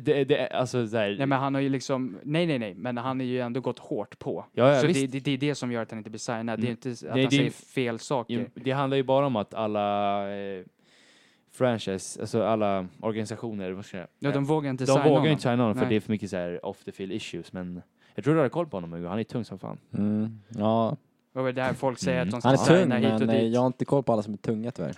det, det, är- alltså så här,
Nej, men han har ju liksom... Nej, nej, nej, men han är ju ändå gått hårt på.
Ja, ja,
så Alltså, det,
visst.
det, det är det som gör att han inte blir signad. Det är
Mm.
ju inte s- att
Nej,
han
det är-
säger fel saker.
Jo, det handlar ju bara om att alla eh, franchise, alltså alla organisationer, vad ska jag
ja, de vågar inte
De
signa
vågar
honom.
ju inte signa honom för
Nej.
det är för mycket så här off the field issues, men jag tror du har koll på honom Hugo, han är tung som fan.
Mm. Ja.
Vad var det här folk säger
Mm.
att de ska
Han är tung,
signa hit
men
och
eh,
dit?
jag har inte koll på alla som är tunga tyvärr.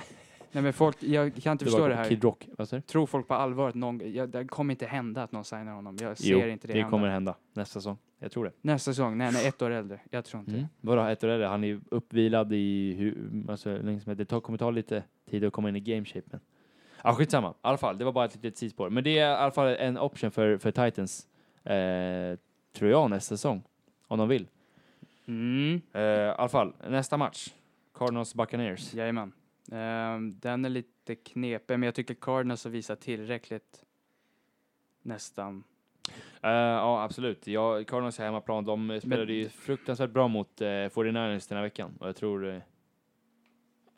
Nej, men folk, jag kan inte förstå
var
det här.
Kid Rock, vad säger du?
Tror folk på allvar att någon, ja, det kommer inte hända att någon signar honom. Jag ser
Jo,
inte det,
det
hända.
kommer hända nästa säsong. Jag tror det.
Nästa säsong, nej, nej, ett år äldre. Jag tror inte det.
Vadå, ett år äldre? Han är ju uppvilad i hu- alltså, längs med, det tar, kommer ta lite tid att komma in i game shape, men. Ja, skitsamma. I alla fall, det var bara ett litet sidospår. Men det är i alla fall en option för, för Titans, eh, tror jag, nästa säsong. Om de vill.
Mm,
Eh, I alla fall, nästa match. Cardinals Buccaneers.
jajamän. Ehm, den är lite knepig, men jag tycker Cardinals har visat tillräckligt. Nästan.
Eh, ja, absolut. Ja, Cardinals är hemmaplan. De eh, spelade
Men-
ju fruktansvärt bra mot eh, 49ers den här veckan. Och jag tror... Eh,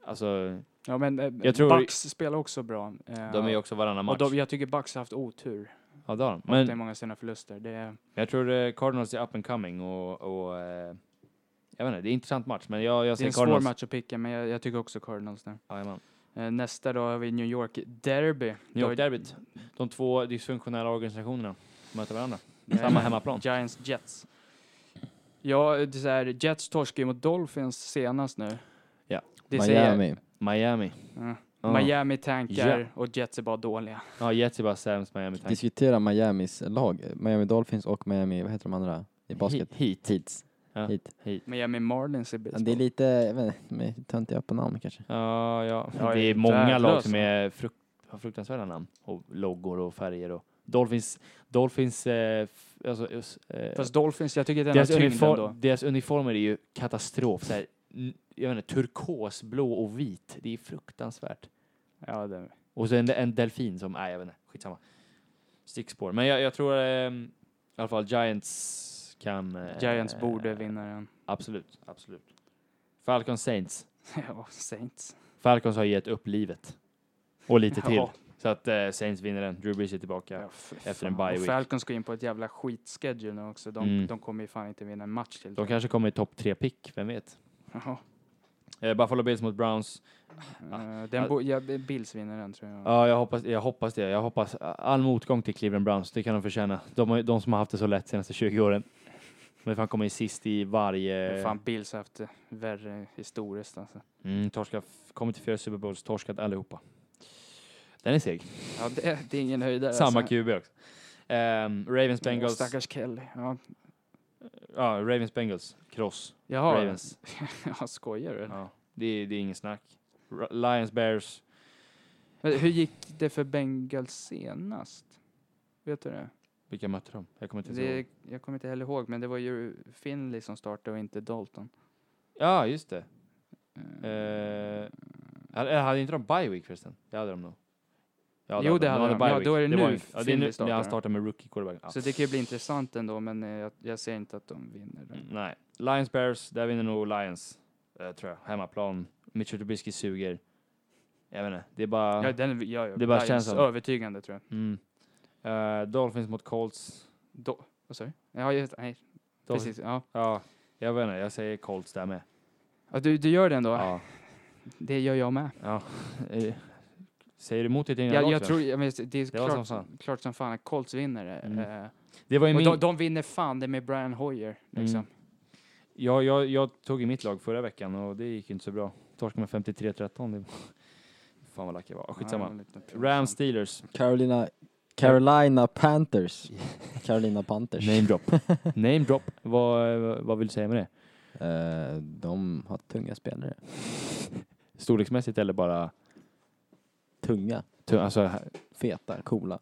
alltså,
Ja, men eh,
Jag tror-
Bucks spelar också bra. Ehm,
de är ju också varannan match.
och de, jag tycker Bucks har haft otur.
ja, det har de.
Men,
Men
det är många sina förluster. Det är,
jag tror eh, Cardinals är up and coming och... och eh, jag vet inte, det är en intressant match, men jag, jag
det är
säger
en
Cardinals.
svår match att picka, men jag, jag tycker också Cardinals där.
Jajamän.
Eh, nästa då har vi New York Derby.
New York-derbyt. De två dysfunktionella organisationerna möter varandra. Samma
Jajamän.
hemmaplan.
Giants Jets. Ja, det är så här, Jets torskade ju mot Dolphins senast nu.
Ja.
Det Säger,
Miami.
Miami.
Ja.
Ja.
Miami tankar
Ja.
och Jets är bara dåliga.
Ja, Jets är bara sämst, Miami tank.
Diskutera Miamis lag. Miami Dolphins och Miami, vad heter de andra? I basket?
Heat.
Heats.
Ja.
Heat.
Miami Marlins är
Ja,
bäst.
Det är lite, jag vet inte, med töntiga på namn kanske.
Ja, ja.
Ja, alltså.
det
det
är
är
många lag
värdelöst.
som är fruk har fruktansvärda namn och loggor och färger och Dolphins, Dolphins, eh, f- alltså, just, eh,
Fast Dolphins, jag tycker den har
deras,
tyngden
unifor-
då.
deras uniformer är ju katastrof. Så här, n- jag vet inte, turkosblå och vit. Det är fruktansvärt.
Ja, det,
Och så en, en delfin som, nej jag vet inte, skitsamma. Stickspår. Men jag, jag tror ehm, i alla fall Giants kan... eh,
Giants borde vinna den.
Absolut, absolut. Falcons Saints.
ja, Saints.
Falcons har gett upp livet. Och lite till.
Ja.
Så att eh, Saints vinner den. Drew Brees är tillbaka.
Ja, fy
Efter en
fan.
bye
Och
week.
Falcons går in på ett jävla skitschedule nu också. De,
Mm.
de kommer ju fan inte vinna en match till.
De kanske kommer i topp tre pick, vem vet?
Ja.
Eh, Buffalo Bills mot Browns.
Eh, den bo- ja, Bills vinner den tror jag.
Ja, jag hoppas, jag hoppas det. Jag hoppas all motgång till Cleveland Browns, det kan de förtjäna. De, har ju- de som har haft det så lätt senaste 20 åren. Men fan kommer in sist i varje...
Fan, Bills har haft det värre historiskt alltså.
Mm, torskat, kommit till fyra Super Bowls, torskat allihopa. Den är seg.
Ja, det, det är ingen höjdare.
Samma
alltså.
QB också. Ehm, Ravens Bengals.
Stackars Kelly. Ja.
Ja, Ravens Bengals. Cross.
Jaha.
Ravens.
Ja, skojar du? eller?
Ja, det, är- det är ingen snack. Ra- Lions Bears.
Men Eh, Hur gick det för Bengals senast? Vet du det?
Vilka mötte de? Jag kommer inte
det
ihåg.
jag kommer inte heller ihåg, men det var ju Finley som startade och inte Dalton.
Ja, just det.
Eh,
Eh, hade, eh, hade inte de bye week förresten? Det hade de nog. Ja,
Jo, det hade
Nu
de.
bye
Ja,
week.
då är det nu
var ju- ja, det är
Finley
nu när
startar.
han startar med rookie quarterback. Ja.
Så det kan ju bli intressant ändå, men eh, jag, jag ser inte att de vinner. den.
Mm, Nej. Lions Bears, där vinner nog Lions. eh, tror jag. Hemmaplan. Mitchell Trubisky suger. Jag vet inte. Det är bara...
Ja, den, ja, ja.
Det bara
Lions
känns som-
övertygande tror jag.
Mm. Eh, Dolphins mot Colts.
Do, vad sa du? Ja, just, nej,
Dolphins.
precis. Ja.
Ja, jag vet inte. Jag säger Colts där med.
Ja, du, du gör den då?
Ja.
Det gör jag med.
ja. Eh, Säger du emot ditt egna
Jag,
lag,
jag
Sven?
tror, jag menar, det är
Det var som
klart,
fan.
klart som fan att Colts vinner. det.
Mm.
Eh,
Det var ju
och
min...
de, de vinner fan det med Brian Hoyer. Liksom.
Mm. Ja, jag, jag tog i mitt lag förra veckan och det gick inte så bra. Torskade med 53-13. Det var... Fan vad lack jag var. Ah, Skitsamma. Rams Steelers.
Carolina, Carolina Panthers. Carolina Panthers.
Name drop. Name drop. Vad, vad vill du säga med det?
Eh, de har tunga spelare.
Storleksmässigt eller bara...
Tunga,
tu- Alltså, här-
feta, coola.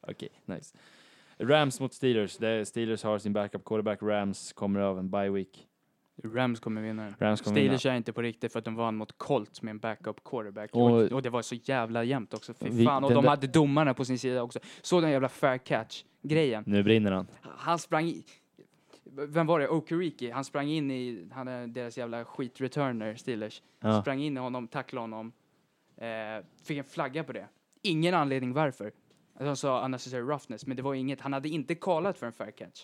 okej, nice. Rams mot Steelers. Där Steelers har sin backup quarterback. Rams kommer av en bye week.
Rams kommer vinna den.
Rams kommer
Steelers är inte på riktigt för att de vann mot Colts med en backup quarterback.
Och-
Och, och, det var så jävla jämnt också. Fy
Vi-
fan. Och
den
de
där-
hade domarna på sin sida också. Så den jävla fair catch-grejen.
Nu brinner han.
Han sprang i... Vem var det? Okereke. Han sprang in i han är deras jävla skit-returner, Steelers.
Ja.
Sprang in i honom, tacklade honom. Eh, fick en flagga på det. Ingen anledning varför. Alltså, han sa unnecessary roughness, men det var inget. Han hade inte kallat för en fair catch.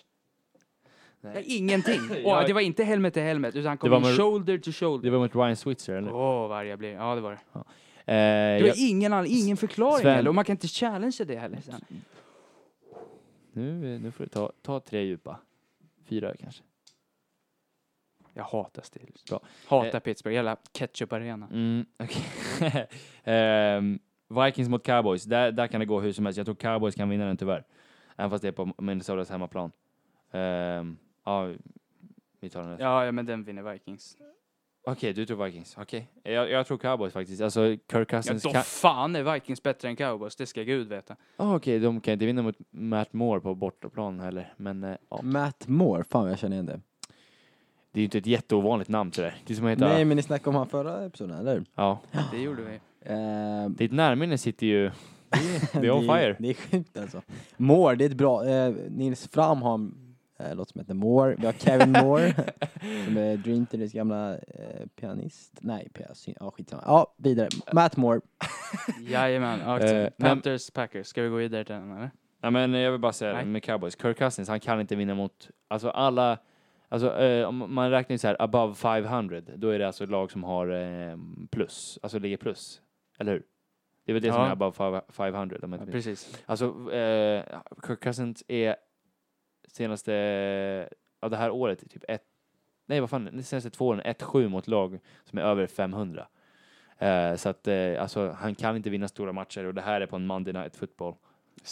Nej.
Nej. Ingenting.
Ja.
Och det var inte helmet till helmet, utan han
Det var
kom in
med-
shoulder to
Det
shoulder.
var mot Ryan Switzer, eller?
Åh, oh, vad arg jag blev. Ja, det var det.
Eh,
Det
jag,
var ingen, annan- ingen förklaring
Sven-
heller, och man kan inte challengea det heller. Sen.
nu, nu får du ta, ta tre djupa. Fyra kanske.
Jag hatar Steelers.
Bra.
Hatar Pittsburgh, jävla ketchup-arena.
Mm, okej. Ehm, Vikings mot Cowboys. Där, där kan det gå hur som helst. Jag tror Cowboys kan vinna den tyvärr. Även fast det är på Minnesotas hemmaplan. Ehm, ja, vi tar den här.
Ja, ja, men den vinner Vikings.
Okej, du tror Vikings. Okej. Jag, jag tror Cowboys faktiskt. Alltså Kirk
Ja,
Cousins
då
kan...
fan är Vikings bättre än Cowboys, det ska gud veta.
Ah, Okej, de kan inte vinna mot Matt Moore på bortaplan heller. Men eh, ja.
Matt Moore, fan vad jag känner igen det.
det är ju inte ett jätteovanligt namn sådär. Det är som att heta...
Nej men ni snackade om han förra episoden, eller
Ja.
Det gjorde vi.
Eh,
Ditt närminne sitter ju... Det är- det är on
det,
fire.
det är sjukt alltså. Moore, det är ett bra... Eh, Nils Fram har en eh, låt som heter Moore. Vi har Kevin Moore, som är Dream Theaters gamla eh, pianist. Nej, pianist. Ja, skitsamma. Ja, vidare. Matt Moore.
Jajamän. ja,
Eh,
exakt.
men-
Panthers, Packers. Ska vi gå vidare till den eller?
Nej men eh, jag vill bara säga det
Nej.
med cowboys, Kirk Cousins, han kan inte vinna mot, alltså alla, alltså eh, om man räknar ju så här above 500, då är det alltså lag som har eh, plus, alltså ligger plus, eller hur? Det är väl det som
Ja.
är above five- 500. Om jag
Ja,
inte minns.
precis.
alltså eh, Kirk Cousins är senaste, ja det här året, typ ett, nej vad fan, de senaste två åren, 1-7 mot lag som är över 500. Eh, så att eh, alltså, han kan inte vinna stora matcher och det här är på en Monday Night Football.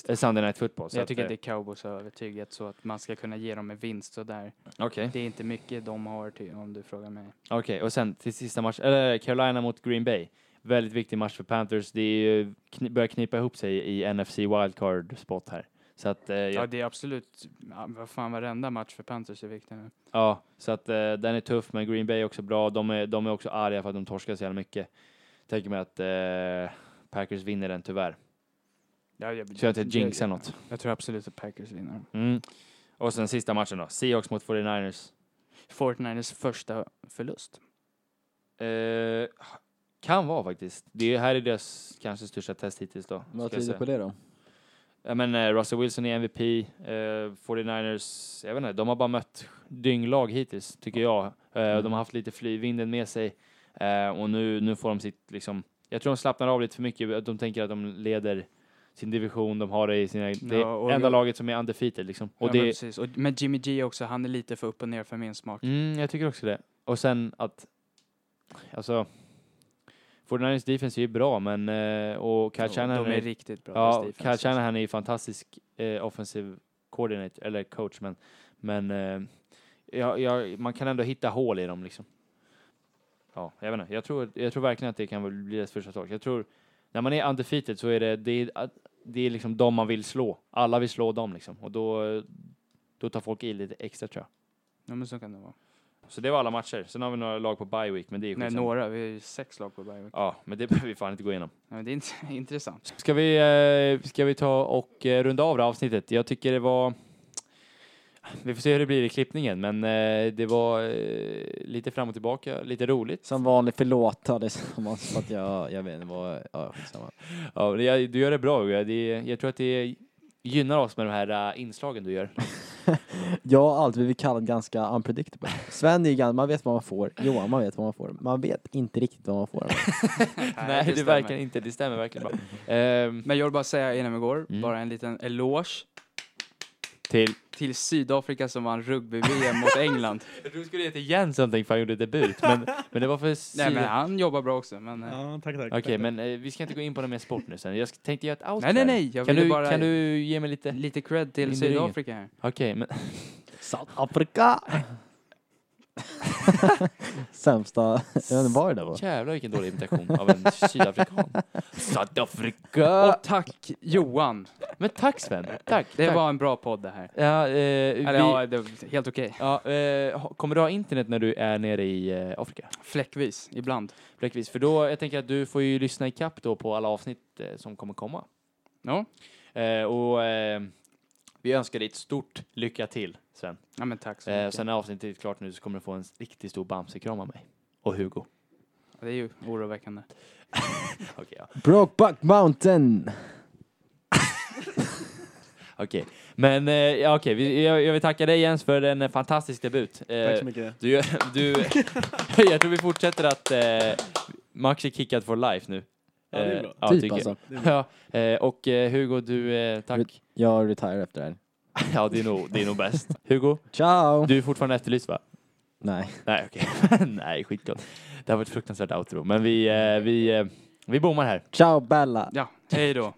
Eh, Sunday Night Football. så
jag
att,
tycker
eh,
att det är Cowboys har övertygat så att man ska kunna ge dem en vinst sådär.
Okej.
Det är inte mycket de har till, om du frågar mig.
Okej, och sen till sista match, eller Carolina mot Green Bay. Väldigt viktig match för Panthers. Det är ju kni- börjar knipa ihop sig i NFC wildcard spot här. Så att, eh,
Ja,
ja,
det är absolut, ja, vad fan varenda match för Panthers är viktig nu.
ja, så att eh, den är tuff, men Green Bay är också bra. De är, de är också arga för att de torskar så jävla mycket. Tänker mig att eh, Packers vinner den tyvärr.
Ja, jag,
Så jag inte jinxar något.
Jag, jag tror absolut att Packers vinner.
Mm. Och sen sista matchen då, Seahawks mot 49ers.
Fortniners första förlust.
Eh, kan vara faktiskt. Det är, här är deras kanske största test hittills då. ska jag
Vad tyder
säga.
på det då?
Ja, men eh, Russell Wilson är MVP, eh, 49ers, jag vet inte, de har bara mött dynglag hittills, tycker jag. Eh, och
Mm.
de har haft lite flyvinden med sig eh, och nu, nu får de sitt, liksom, jag tror de slappnar av lite för mycket, de tänker att de leder sin division, de har det i sina, det
Ja, och-
enda laget som är undefeated liksom. Och
ja, men,
det,
precis. Och, men Jimmy G också, han är lite för upp och ner för min smak.
Mm, jag tycker också det. Och sen att, alltså, 49ers defense är ju bra, men, eh, och Kyle
de
Shanahan
är
är-
riktigt bra. fast
Ja,
defense,
Kyle
alltså.
Shanahan är ju fantastisk eh, offensiv coordinator, eller coach, men, men eh, ja, ja, man kan ändå hitta hål i dem liksom. Ja, jag vet inte. Jag tror, jag tror verkligen att det kan väl bli deras första torsk. Jag tror, när man är undefeated så är det, det är, att- det är liksom de man vill slå. Alla vill slå dem liksom. Och då, då tar folk i lite extra tror
Ja, men så kan det vara.
jag. Så det var alla matcher. Sen har vi några lag på bye week, men det är ju
Nej,
skitsamma.
några. Vi har ju sex lag på varje vecka.
Ja, men det behöver vi fan inte gå igenom.
Ja, men det är int- intressant.
Ska vi, eh, ska vi ta och eh, runda av det här avsnittet? Jag tycker det var... Vi får se hur det blir i klippningen, men eh, det var eh, lite fram och tillbaka, lite roligt.
Som vanligt, förlåt, ta det som för att jag, jag vet inte vad, ja skitsamma.
Ja, men jag, du gör det bra, Uga. det, jag tror att det gynnar oss med de här eh, inslagen du gör.
Jag har alltid blivit kallad ganska unpredictable. Sven är ju gan- man vet vad man får. Johan, man vet vad man får. Man vet inte riktigt vad man får.
Nej, det,
stämmer.
verkar inte, det stämmer verkligen bra. Ehm,
Men jag vill bara säga innan vi går,
Mm.
bara en liten eloge
Till...
till Sydafrika som vann rugby-VM mot England.
Jag trodde du skulle heta Jens någonting för han gjorde debut, men, men det var för...
Nej men
Sydaf-
han jobbar bra också. Men, eh,
Ja, tack, tack.
Okej,
tack, tack.
men eh, vi ska inte gå in på någon mer sport nu sen. Jag sk- tänkte göra ett outfit.
Nej nej nej, jag
Kan
ville
du,
bara
kan du ge mig lite?
lite cred
in i
till Sydafrika här.
Okej, men...
Sydafrika! Sämsta... Jag vet inte vad det där var.
Jävlar vilken dålig imitation av en sydafrikan. Sydafrika!
Och tack Johan!
Men tack Sven, tack.
Det
tack.
var en bra podd det här.
Ja, eh, vi...
Eller ja, det var helt okej.
Ja, eh, ha- kommer du ha internet när du är nere i eh, Afrika?
Fläckvis, ibland.
Bläckvis. För då, jag tänker att du får ju lyssna ikapp då på alla avsnitt eh, som kommer komma.
Ja.
Eh, och eh, vi önskar dig ett stort lycka till, Sven.
ja men tack så
Eh,
mycket.
sen när avsnittet är klart nu så kommer du få en riktigt stor bamsekram av mig. Och Hugo.
Det är ju oroväckande.
Okej, ja.
Brokeback Mountain!
Okej. Men eh, ja, okej, vi- jag, jag vill tacka dig Jens för en eh, fantastisk debut. Eh,
Tack så mycket.
Du, du, jag tror vi fortsätter att eh, Max är kickad for life nu.
Ja, det är
Eh,
bra.
ja,
typ
tycker jag.
alltså.
Ja, eh, och eh, Hugo, du, eh, tack.
Jag retire efter det här.
Ja, det är nog, det är nog bäst. Hugo,
Ciao!
du är fortfarande efterlyst va?
Nej.
Nej, okej. Nej, skitgott. Det här var ett fruktansvärt outro, men vi, eh, vi, eh, vi bommar här.
Ciao Bella!
Ja, hej då.